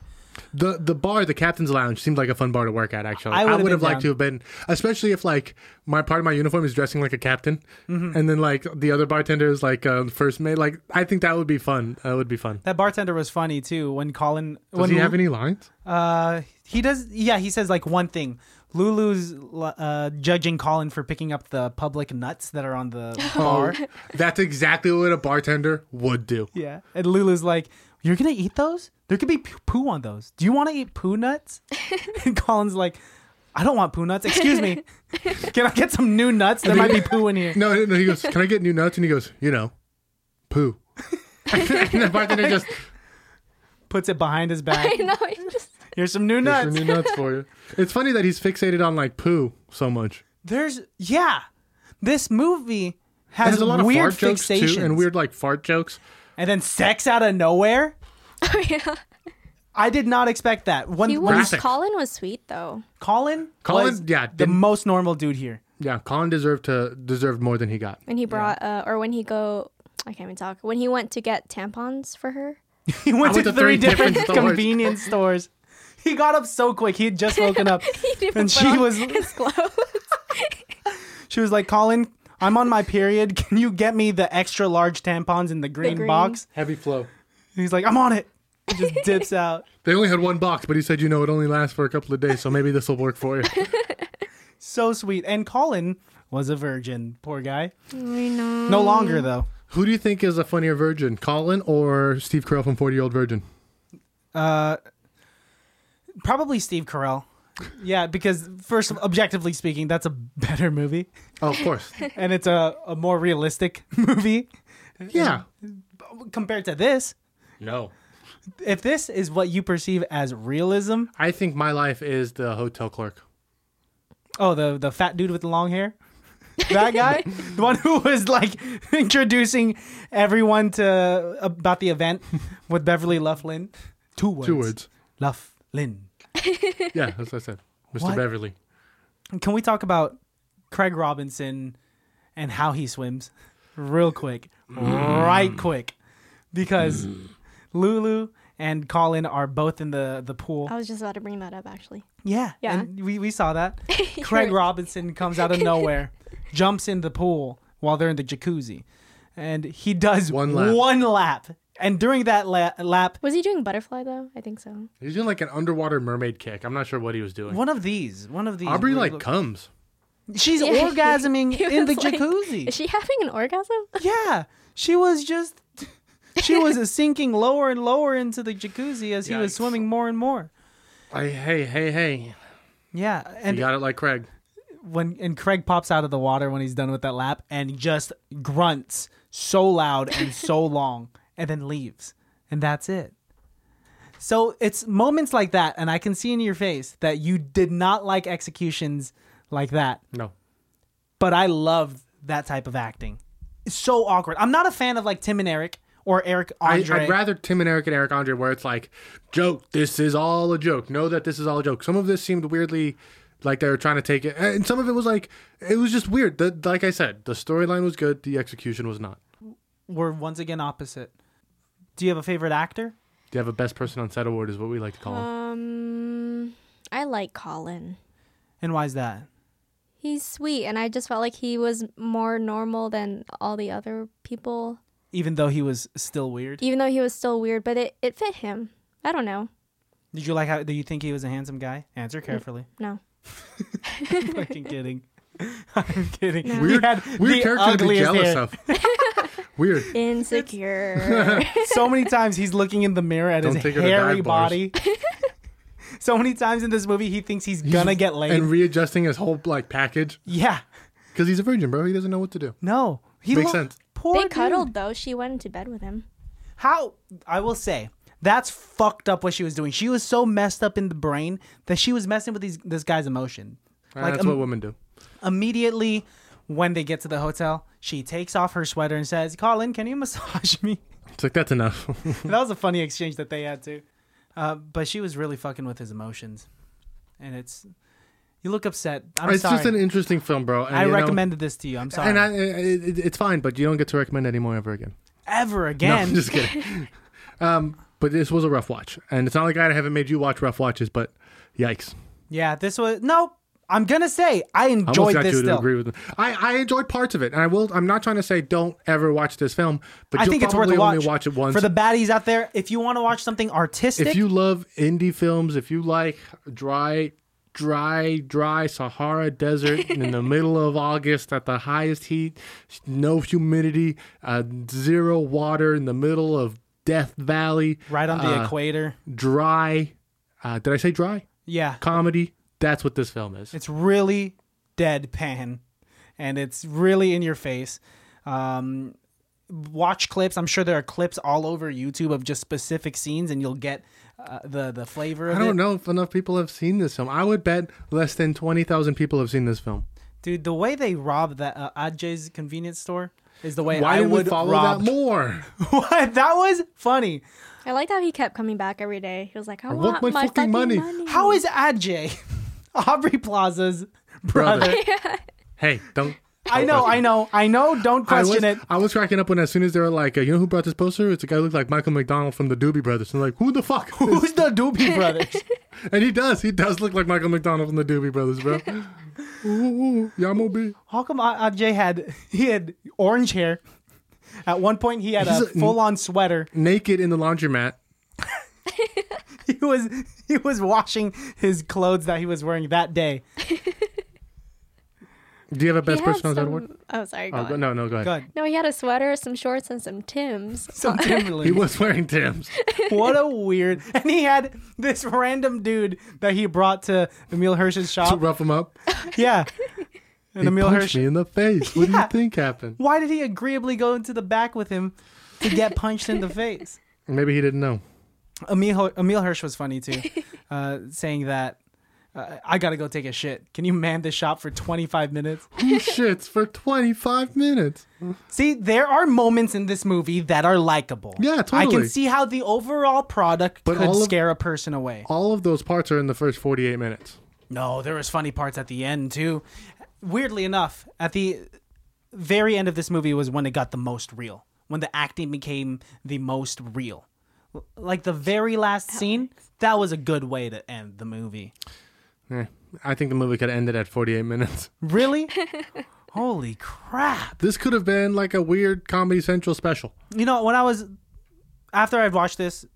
the the bar, the captain's lounge, seemed like a fun bar to work at. Actually, I I would've would have been liked to have been, especially if like my part of my uniform is dressing like a captain, Mm-hmm. and then like the other bartender is like uh, first mate. Like I think that would be fun. That would be fun. That bartender was funny too. When Colin, Does when he Lu- have any lines? uh, he does. Yeah, he says like one thing. Lulu's uh, judging Colin for picking up the public nuts that are on the bar. Oh. That's exactly what a bartender would do. yeah, and Lulu's like, "You're gonna eat those? There could be p- poo on those. Do you want to eat poo nuts?" and Colin's like, "I don't want poo nuts. Excuse me, can I get some new nuts? There might be poo in here." No, no, no, he goes, Can I get new nuts? And he goes, You know, poo. and the bartender just, Puts it behind his I back. know. he just- Here's some new Here's nuts. some new nuts for you. It's funny that he's fixated on like poo so much. There's yeah, this movie It has, has a lot of weird fart jokes fixations too, and weird like fart jokes. and then sex out of nowhere. Oh yeah. I did not expect that. When, He when was. Graphic. Colin was sweet though. Colin, Colin, was yeah, the didn't- most normal dude here. Yeah, Colin deserved to deserved more than he got. When he brought, uh, or when he go, I can't even talk. When he went to get tampons for her. He went to went to three three different different stores. convenience stores. He got up so quick. He had just woken up, He didn't and put she on was his clothes. she was like, "Colin, I'm on my period. Can you get me the extra large tampons in the green, green. box?" Heavy flow. And he's like, "I'm on it." He just dips out. They only had one box, but he said, you know, it only lasts for a couple of days, so maybe this will work for you. So sweet. And Colin was a virgin. Poor guy. I know. No longer though. Who do you think is a funnier virgin, Colin or Steve Carell from 40 Year Old Virgin? Uh, probably Steve Carell. Yeah, because first, objectively speaking, that's a better movie, Oh, of course. and it's a, a more realistic movie yeah. compared to this. No. If this is what you perceive as realism, I think my life is the hotel clerk. oh, the the fat dude with the long hair, that guy, the one who was like introducing everyone to about the event with Beverly Loughlin. Two words. Two words. Loughlin. Yeah, that's what I said. Mr. What? Beverly. Can we talk about Craig Robinson and how he swims? Real quick. Right quick. Because Lulu and Colin are both in the, the pool. I was just about to bring that up actually. yeah. Oh. Yeah. And we, we saw that. Craig Robinson comes out of nowhere, jumps in the pool while they're in the jacuzzi. And he does One lap. One lap. And during that la- lap, Was he doing butterfly though? I think so. He's doing like an underwater mermaid kick. I'm not sure what he was doing. one of these, one of these. Aubrey weird like look- comes. she's Yeah. orgasming He in the was like, jacuzzi. Is she having an orgasm? Yeah, she was just she was sinking lower and lower into the jacuzzi as he was Yikes. swimming more and more. I, hey, hey, hey. Yeah, You and got it like Craig. when and Craig pops out of the water when he's done with that lap and just grunts so loud and so long and then leaves. And that's it. So it's moments like that and I can see in your face that you did not like executions like that. No. but I loved that type of acting. It's so awkward. I'm not a fan of like Tim and Eric or Eric I, Andre. I'd rather Tim and Eric and Eric Andre, where it's like, joke, this is all a joke. Know that this is all a joke. Some of this seemed weirdly like they were trying to take it. And some of it was like, it was just weird. The, like I said, the storyline was good, the execution was not. We're once again opposite. Do you have a favorite actor? Do you have a best person on set award, is what we like to call Uh, him. Um, I like Colin. And why is that? He's sweet, and I just felt like he was more normal than all the other people, Even though he was still weird. even though he was still weird. But it, it fit him. I don't know. Did you like how do you think he was a handsome guy? Answer carefully. No, Fucking kidding. I'm kidding. No. We Weird, had weird the character to be ugliest jealous hair. of. weird. insecure. so many times he's looking in the mirror at Don't his take her to dive hairy bars. body. so many times in this movie he thinks he's, He's- gonna get laid. And readjusting his whole like package yeah. because he's a virgin, bro. He doesn't know what to do. No. He Makes lo- sense. Poor they dude. cuddled though. She went into bed with him. How I will say that's fucked up what she was doing. She was so messed up in the brain that she was messing with these this guy's emotion. Ah, Like um, that's im- what women do. immediately when they get to the hotel, she takes off her sweater and says, "Colin, can you massage me?" It's like that's enough. that was a funny exchange that they had too. Uh, but she was really fucking with his emotions, and it's you look upset. I'm it's sorry. just an interesting film, bro. And, I you know- recommended this to you. I'm sorry. And I, it, it- it's fine, but you don't get to recommend anymore ever again. Ever No, again. I'm just kidding. um, but this was a rough watch, and it's not like I haven't made you watch rough watches, but yikes! yeah, this was no. I'm gonna say I I almost enjoyed got this you to still. agree with me. I, I enjoyed parts of it, and I will. I'm not trying to say don't ever watch this film, but I you'll think it's worth probably a watch. only watch it once. For the baddies out there, if you want to watch something artistic, if you love indie films, if you like dry, dry, dry Sahara desert in the middle of August at the highest heat, no humidity, uh, zero water in the middle of Death Valley, right on the uh, equator. dry. Uh, did I say dry? Yeah. Comedy. That's what this film is. It's really deadpan and it's really in your face. Um, watch clips. I'm sure there are clips all over YouTube of just specific scenes and you'll get uh, the, the flavor of I it. don't know if enough people have seen this film. I would bet less than twenty thousand people have seen this film. Dude, the way they rob that uh, Ajay's convenience store is the way Why I did we would follow rob. that more? What? that was funny. I liked how he kept coming back every day. He was like, I, want want, my my, fucking fucking, money." money. How is Ajay Aubrey Plaza's brother? Brother. hey, don't. I know, I know, I know. Don't I was, question it. I was cracking up when as soon as they were like, uh, you know who brought this poster? It's a guy who looked like Michael McDonald from the Doobie Brothers. And I'm like, who the fuck? Who's the Doobie Brothers? and he does. He does look like Michael McDonald from the Doobie Brothers, bro. ooh, ooh, ooh, Yamo B. How come A- Ajay had he had orange hair? At one point, he had He's a a- full-on sweater. Naked in the laundromat. He was he was washing his clothes that he was wearing that day. Do you have a He best had person on that award? some- Oh, sorry. Go Oh, go- on. no, no, go ahead. Good, No, he had a sweater, some shorts, and some Tim's. some He Timberland. was wearing Tim's. what a weird! And he had this random dude that he brought to Emil Hirsch's to shop. rough him up. Yeah, Uh, and He Emil punched Hirsch. me in the face. What do Yeah. you think happened? Why did he agreeably go into the back with him to get punched in the face? Maybe he didn't know. Emil, Emil Hirsch was funny too, uh, saying that uh, I gotta go take a shit. Can you man this shop for 25 minutes? Who shits for 25 minutes? See, there are moments in this movie that are likable. Yeah, I can totally. see how the overall product But could all of- scare a person away. All of those parts are in the first 48 minutes. No, there was funny parts at the end too. Weirdly enough, at the very end of this movie was when it got the most real, when the acting became the most real. L- Like the very last scene, that was a good way to end the movie. Eh, I think the movie could have ended at 48 minutes. Really? Holy crap. This could have been like a weird Comedy Central special. You know, when I was after I'd watched this,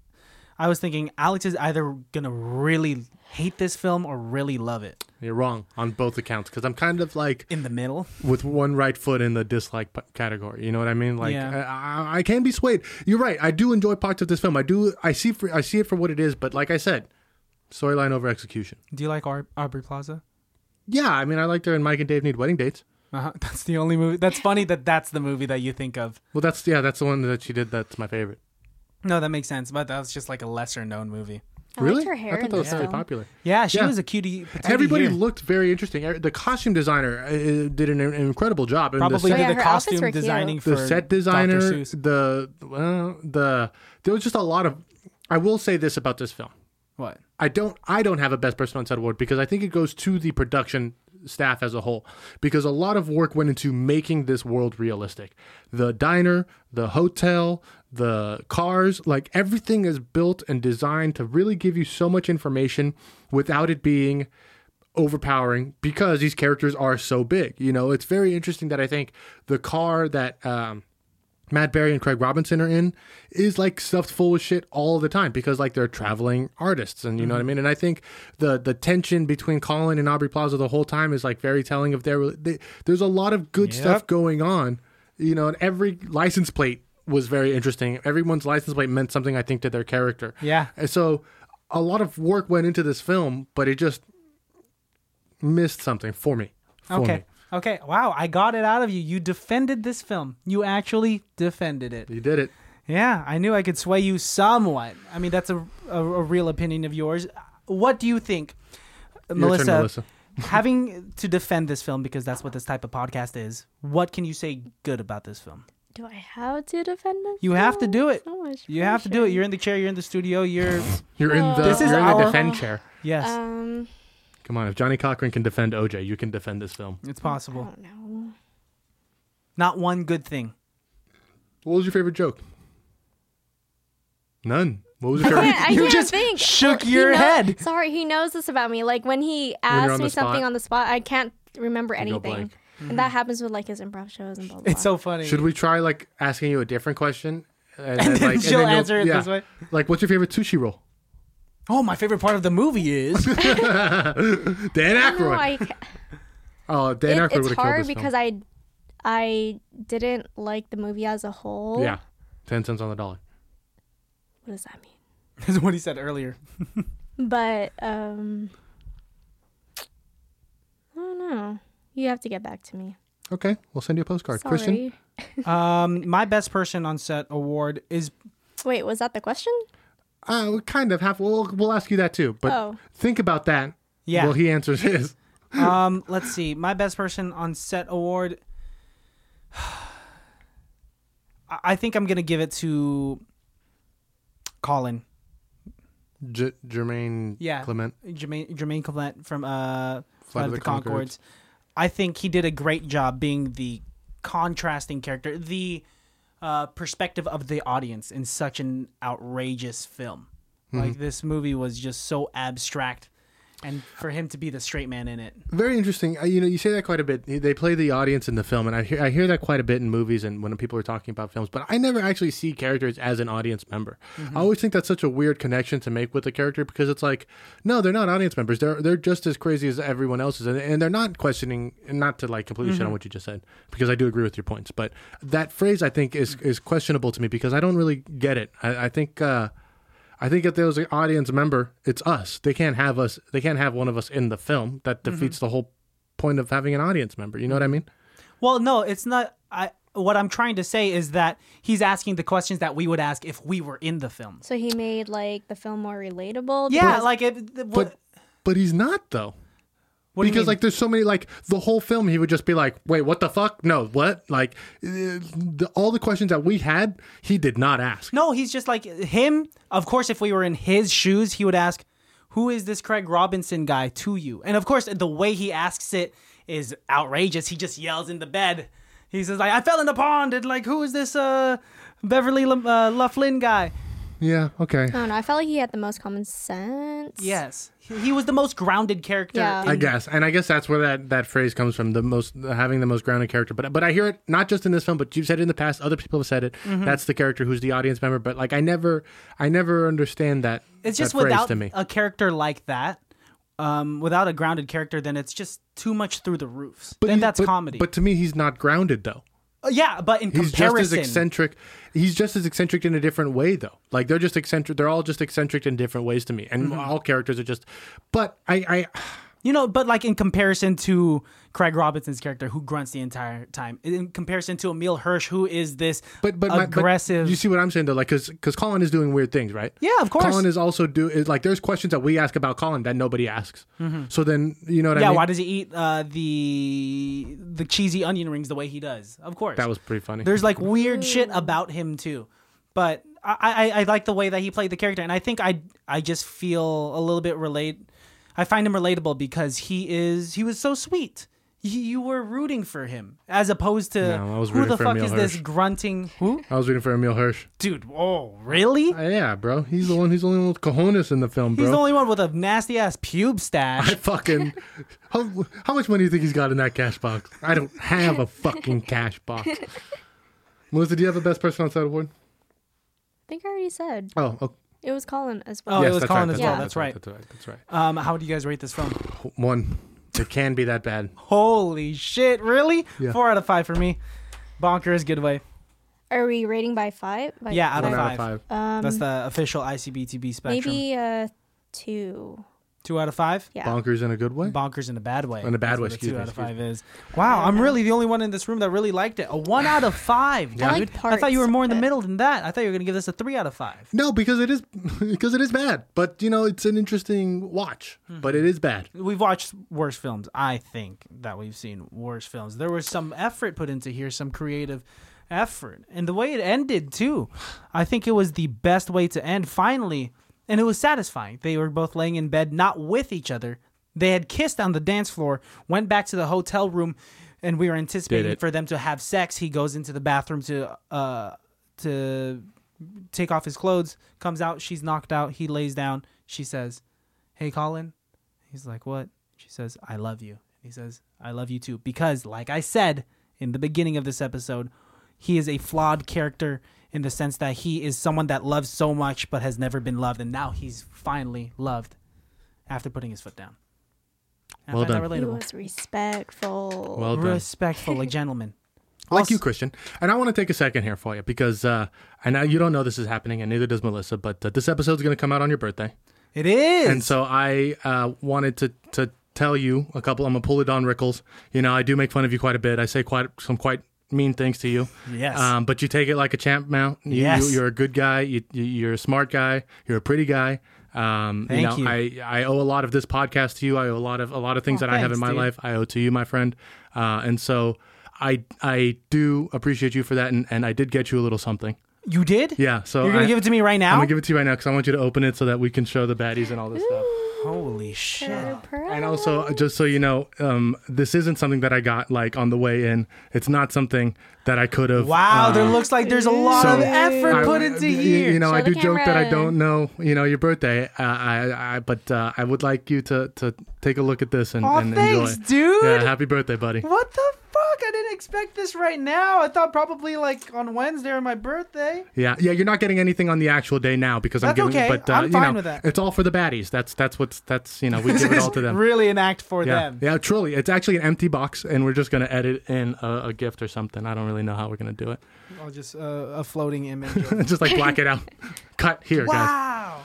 I was thinking Alex is either gonna really hate this film or really love it. You're wrong on both accounts because I'm kind of like In the middle. with one right foot in the dislike p- category. You know what I mean? Like Yeah. I, I, I can be swayed. You're right. I do enjoy parts of this film. I do. I see. For, I see it for what it is. But like I said, storyline over execution. Do you like Ar- Aubrey Plaza? Yeah, I mean, I liked her in Mike and Dave Need Wedding Dates. Uh-huh. That's the only movie. That's funny that that's the movie that you think of. Well, that's yeah, that's the one that she did. That's my favorite. No, that makes sense. But that was just like a lesser known movie. I really? liked her hair I thought in that was this really film. popular. Yeah, she Yeah. was a cutie. patootie Everybody here. looked very interesting. Er- The costume designer uh, did an, an incredible job. And probably did the Oh, set, yeah, the her outfits costume were cute. designing for the Dr. set designer, Seuss. the well, the there was just a lot of. I will say this about this film. What? I don't I don't have a best person on set award because I think it goes to the production staff as a whole because a lot of work went into making this world realistic. The diner, the hotel, the cars, like everything is built and designed to really give you so much information without it being overpowering because these characters are so big. You know, it's very interesting that I think the car that um Matt Berry and Craig Robinson are in is like stuffed full of shit all the time because like they're traveling artists and you know what I Mm-hmm. mean. And I think the the tension between Colin and Aubrey Plaza the whole time is like very telling of their. They, there's a lot of good stuff going on, you know. And every license plate was very interesting. Everyone's license plate meant something I think to their character. Yeah. And so a lot of work went into this film, but it just missed something for me. For Okay. me. Okay. Wow, I got it out of you. You defended this film. You actually defended it. you did it. Yeah, I knew I could sway you somewhat. I mean, that's a, a, a real opinion of yours. What do you think, Your turn, Melissa. having to defend this film because that's what this type of podcast is, what can you say good about this film? Do I have to defend this? You have to do it. So much You have to do it. pressure. You're in the chair, you're in the studio, you're. You're in the This is you're in our- the defend chair. Yes, Um, Come on, if Johnny Cochran can defend OJ, you can defend this film. it's I possible. don't know. Not one good thing. What was your favorite joke? None. What was I your can't, favorite? I You can't just think. shook He your know- head. Sorry, he knows this about me. Like when he you're asks on me the spot. something on the spot, I can't remember You go anything. blank. And that happens with like his improv shows and blah blah. Mm-hmm. It's so funny. Should we try like asking you a different question? And, then, then she'll you'll- answer it this way. Like, what's your favorite sushi roll? Oh, my favorite part of the movie is. Dan blah. No, Aykroyd. I, ca- oh, Dan it, Aykroyd would it's have killed hard this because film. I, I didn't like the movie as a whole. Yeah, ten cents on the dollar. What does that mean? is what he said earlier. But um, I don't know. You have to get back to me. Okay, we'll send you a postcard. Sorry. Christian, Um, my best person on set award is Wait, was that the question? uh, we kind of have. We'll we'll ask you that too. But Oh. think about that. Yeah. Well, he answers his. um, let's see. My best person on set award. I- I think I'm gonna give it to Colin. J- Jermaine. Yeah. Clement. Jermaine Jermaine Clement from uh, Flight of of the the, Concords. I think he did a great job being the contrasting character, the uh, perspective of the audience in such an outrageous film. Mm-hmm. Like this movie was just so abstract, and for him to be the straight man in it, very interesting. Uh, You know, you say that quite a bit. They play the audience in the film, and I hear I hear that quite a bit in movies and when people are talking about films. But I never actually see characters as an audience member. I always think that's such a weird connection to make with a character because it's like, no, they're not audience members. They're they're just as crazy as everyone else is, and, and they're not questioning. And not to like completely shut on what you just said because I do agree with your points. But that phrase I think is is questionable to me because I don't really get it. I, I think. Uh, I think if there was an audience member, it's us. They can't have us. They can't have one of us in the film. Mm-hmm. That defeats the whole point of having an audience member. You know what I mean? Well, no, it's not. I what I'm trying to say is that he's asking the questions that we would ask if we were in the film. So he made like the film more relatable. Yeah, because- like it. the- What, But but he's not though. what do you because mean? like there's so many like the whole film he would just be like wait what the fuck no what like uh, the, all the questions that we had he did not ask No, he's just like him. Of course, if we were in his shoes, he would ask, "Who is this Craig Robinson guy to you?" And of course, the way he asks it is outrageous. He just yells in the bed. He says, "Like I fell in the pond," and like, "Who is this uh, Beverly Lum- uh, Laughlin guy?" yeah okay I don't know. I felt like he had the most common sense. Yes, he, he was the most grounded character. Yeah. in- I guess, and I guess that's where that, that phrase comes from the most having the most grounded character. But but I hear it not just in this film, but you've said it in the past. Other people have said it. Mm-hmm. That's the character who's the audience member. But like I never, I never understand that. it's that just phrase without to me. a character like that, um, without a grounded character, then it's just too much through the roofs. But then he- that's but- comedy. But to me, he's not grounded though. Uh, yeah, but in He's comparison, just as eccentric. He's just as eccentric in a different way, though. Like they're just eccentric. They're all just eccentric in different ways to me, Mm-hmm. and all characters are just. But I, I You know, but like in comparison to Craig Robinson's character, who grunts the entire time, in comparison to Emil Hirsch, who is this but but my- but aggressive. you see what I'm saying though, like because because Colin is doing weird things, right? Yeah, of course. Colin is also do is like there's questions that we ask about Colin that nobody asks. So then you know what Mm-hmm. yeah, I mean? why does he eat uh, the the cheesy onion rings the way he does? Of course, that was pretty funny. There's like weird shit about him too, but I, I I like the way that he played the character, and I think I I just feel a little bit relate. I find him relatable because he is he was so sweet. You, you were rooting for him as opposed to No, I was who rooting the for fuck Emil is this Hirsch. grunting who. I was reading for Emil Hirsch. Dude, oh, really? Uh, yeah, bro, he's the one. He's the only one with cojones in the film, bro. He's the only one with a nasty ass pube I stash. fucking how, how much money do you think he's got in that cash box? I don't have a fucking cash box. Melissa, do you have a best person outside award? I think I already said Oh, okay. it was Colin as Oh, well. it was Colin as well, that's right. That's right. That's right. Um, how would you guys rate this film? One. It can be that bad. Holy shit, really? Yeah. Four out of five for me. Bonkers, good way. Are we rating by five? By Yeah, out One of out five. of five. That's the official ICBTB spectrum. Maybe uh, two. two out of five. Yeah. Bonkers in a good way. Bonkers in a bad way. In a bad That's way, what a excuse two me, out of excuse five is. Wow, I'm really the only one in this room that really liked it. A one out of five, dude. I like I thought you were parts more in the of it. middle than that. I thought you were gonna give this a three out of five. No, because it is because it is bad. But you know, it's an interesting watch. But it is bad. We've watched worse films. I think that we've seen worse films. There was some effort put into here, some creative effort, and the way it ended too. I think it was the best way to end. Finally, and it was satisfying. They were both laying in bed, not with each other. They had kissed on the dance floor, went back to the hotel room, and we were anticipating it. for them to have sex. He goes into the bathroom to uh to take off his clothes, comes out, she's knocked out, he lays down, she says, Hey Colin, He's like, What? She says, I love you. He says, I love you too. Because, like I said in the beginning of this episode, he is a flawed character in the sense that he is someone that loves so much but has never been loved. And now he's finally loved after putting his foot down. I Well find that He relatable. was respectful. Well done. Respectful, a gentleman. like you, Christian. And I want to take a second here for you because uh, I know you don't know this is happening, and neither does Melissa. But uh, this episode is going to come out on your birthday, It is. and so I uh, wanted to to tell you a couple. I'm gonna pull it on Rickles. You know, I do make fun of you quite a bit. I say quite some quite mean things to you. Yes. Um, but you take it like a champ now. You, Yes. You, are a good guy. You, you, you're a smart guy. You're a pretty guy. Um, Thank you. Know, I I owe a lot of this podcast to you. I owe a lot of a lot of things Well, that I have in Oh, thanks, my dude. life. I owe to you, my friend. Uh, and so I I do appreciate you for that. And, and I did get you a little something. you did? Yeah. So You're going I- to give it to me right I'm now? gonna give it to you right now because I want you to open it so that we can show the baddies and all this stuff. Holy shit. And also, uh, just so you know, um, this isn't something that I got like on the way in. It's not something that I could have. um, Wow, there looks like there's a lot so of effort I- put into you- here. You, know, I Show do the joke that I camera. don't know, you know, your birthday. Uh, I, I, but uh, I would like you to to take a look at this and, Aw, and thanks, enjoy. dude. Yeah, happy birthday, buddy. What the fuck? I didn't expect this right now. I thought probably like on Wednesday or my birthday. Yeah, yeah. You're not getting anything on the actual day now because I'm That's giving. okay. But uh, I'm you fine know, with that. it's all for the baddies. That's that's what's that's you know we give it all to them. Really an act for yeah, them. yeah, truly. It's actually an empty box, and we're just gonna edit in a, a gift or something. I don't really know how we're gonna do it. I'll just uh, a floating image. just like black it out. Cut here, guys. wow.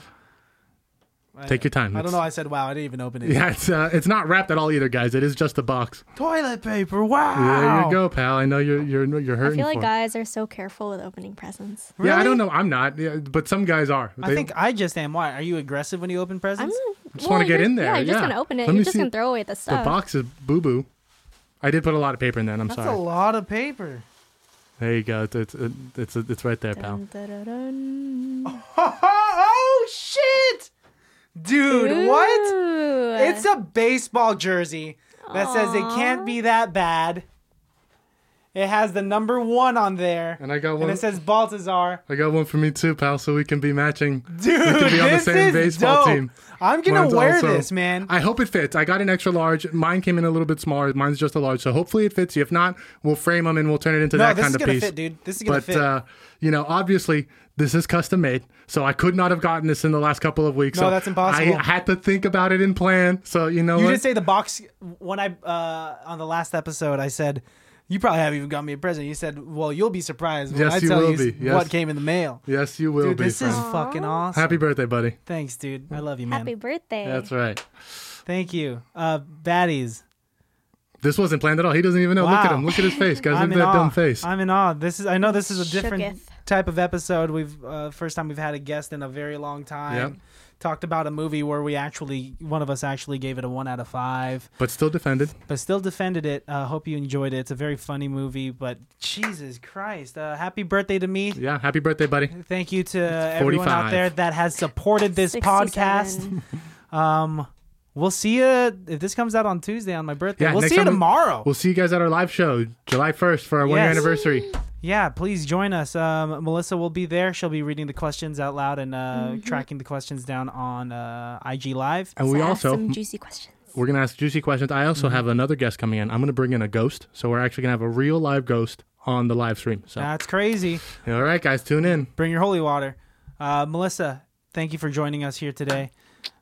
Take your time. I don't know. I said, wow, I didn't even open it. Yeah, it's uh, it's not wrapped at all either, guys. It is just a box. Toilet paper. Wow. There you go, pal. I know you're you're you're I hurting. feel like for it. guys are so careful with opening presents. Yeah, I Really? don't know. I'm not, yeah, but some guys are. I They- think I just am. Why? Are you aggressive when you open I'm presents? just wanna get you're- in there, Yeah, you're just yeah. gonna open it. Let me you're just see gonna throw away the the stuff. box is boo boo. I did put a lot of paper in that. I'm That's sorry. a lot of paper. There you go. It's it's it's, it's right there, pal. Dun, dun, dun, dun. Oh, oh, shit! Dude, what? Ooh. It's a baseball jersey that says it can't be that bad. It has the number one on there. And I got one. And it says Baltazar. I got one for me too, pal. So we can be matching. Dude, be on the this same is baseball dope. team. I'm gonna Mine's wear also- this, man. I hope it fits. I got an extra large. Mine came in a little bit smaller. Mine's just a large. So hopefully it fits you. If not, we'll frame them and we'll turn it into no, that this kind is of gonna piece. fit, dude. This is gonna But fit. uh, you know, obviously, this is custom made, so I could not have gotten this in the last couple of weeks. No, so that's impossible. I had to think about it and plan. So you know, you what? did say the box when I uh, on the last episode. I said you probably haven't even got me a present. You said, "Well, you'll be surprised when Yes, I you tell will you be. Yes. what came in the mail." yes, you will Dude, be. this friend. is fucking awesome. Happy birthday, buddy. Thanks, dude. I love you, man. happy birthday. That's right. Thank you, uh, baddies. This wasn't planned at all. He doesn't even know. Look at Wow. him. Look at his face, guys. I'm Look at in that awe. dumb face. I'm in awe. This is. I know this is a different Shooketh. type of episode. We've uh, first time we've had a guest in a very long time. Yep. Talked about a movie where we actually one of us actually gave it a one out of five. But still defended. but still defended it. Uh, hope you enjoyed it. It's a very funny movie, but Jesus Christ! Uh, happy birthday to me. Yeah. Happy birthday, buddy. Thank you to everyone out 45. there that has supported this 67. podcast. Um, we'll see you if this comes out on Tuesday on my birthday. Yeah, we'll next see you time we- tomorrow. We'll see you guys at our live show, July 1st, for our one year Yes. anniversary. yeah, please join us. Um, Melissa will be there. She'll be reading the questions out loud and uh, Mm-hmm. tracking the questions down on uh, IG Live. And we Ask also, some juicy questions. we're going to ask juicy questions. I also Mm-hmm. have another guest coming in. I'm going to bring in a ghost. So we're actually going to have a real live ghost on the live stream. So, That's crazy. all right, guys, tune in. bring your holy water. Uh, Melissa, thank you for joining us here today.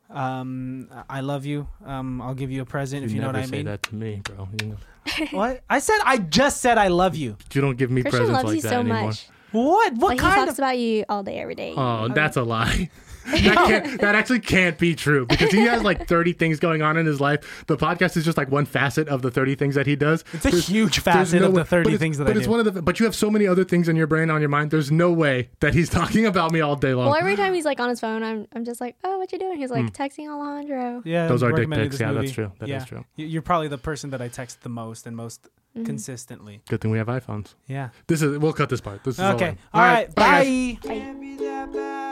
Um, I love you. Um, I'll give you a present if you know never what I say mean. that to me, bro. You, know, What I said? I just said I love you. you don't give me Christian presents loves like you that so anymore. much. What? What Like he kind talks of? about you all day, every day. Oh, that's a lie. that, can't, that actually can't be true because he has like 30 things going on in his life. The podcast is just like one facet of the 30 things that he does. It's a There's- huge there's facet no of way- the thirty but it's- things that but I it's do. one of the. But you have so many other things in your brain, on your mind. There's no way that he's talking about me all day long. Well, every time he's like on his phone, I'm, I'm just like, oh, what you doing? He's like Hmm. texting Alejandro. yeah, Those are dick recommended pics. this Yeah, that's movie. true. That is yeah. true. You- You're probably the person that I text the most and most Mm-hmm. consistently. Good thing we have iPhones. Yeah. This is. We'll cut this part. This is all Okay. in. All right. guys. Bye. Can't be that bad. oh, oh,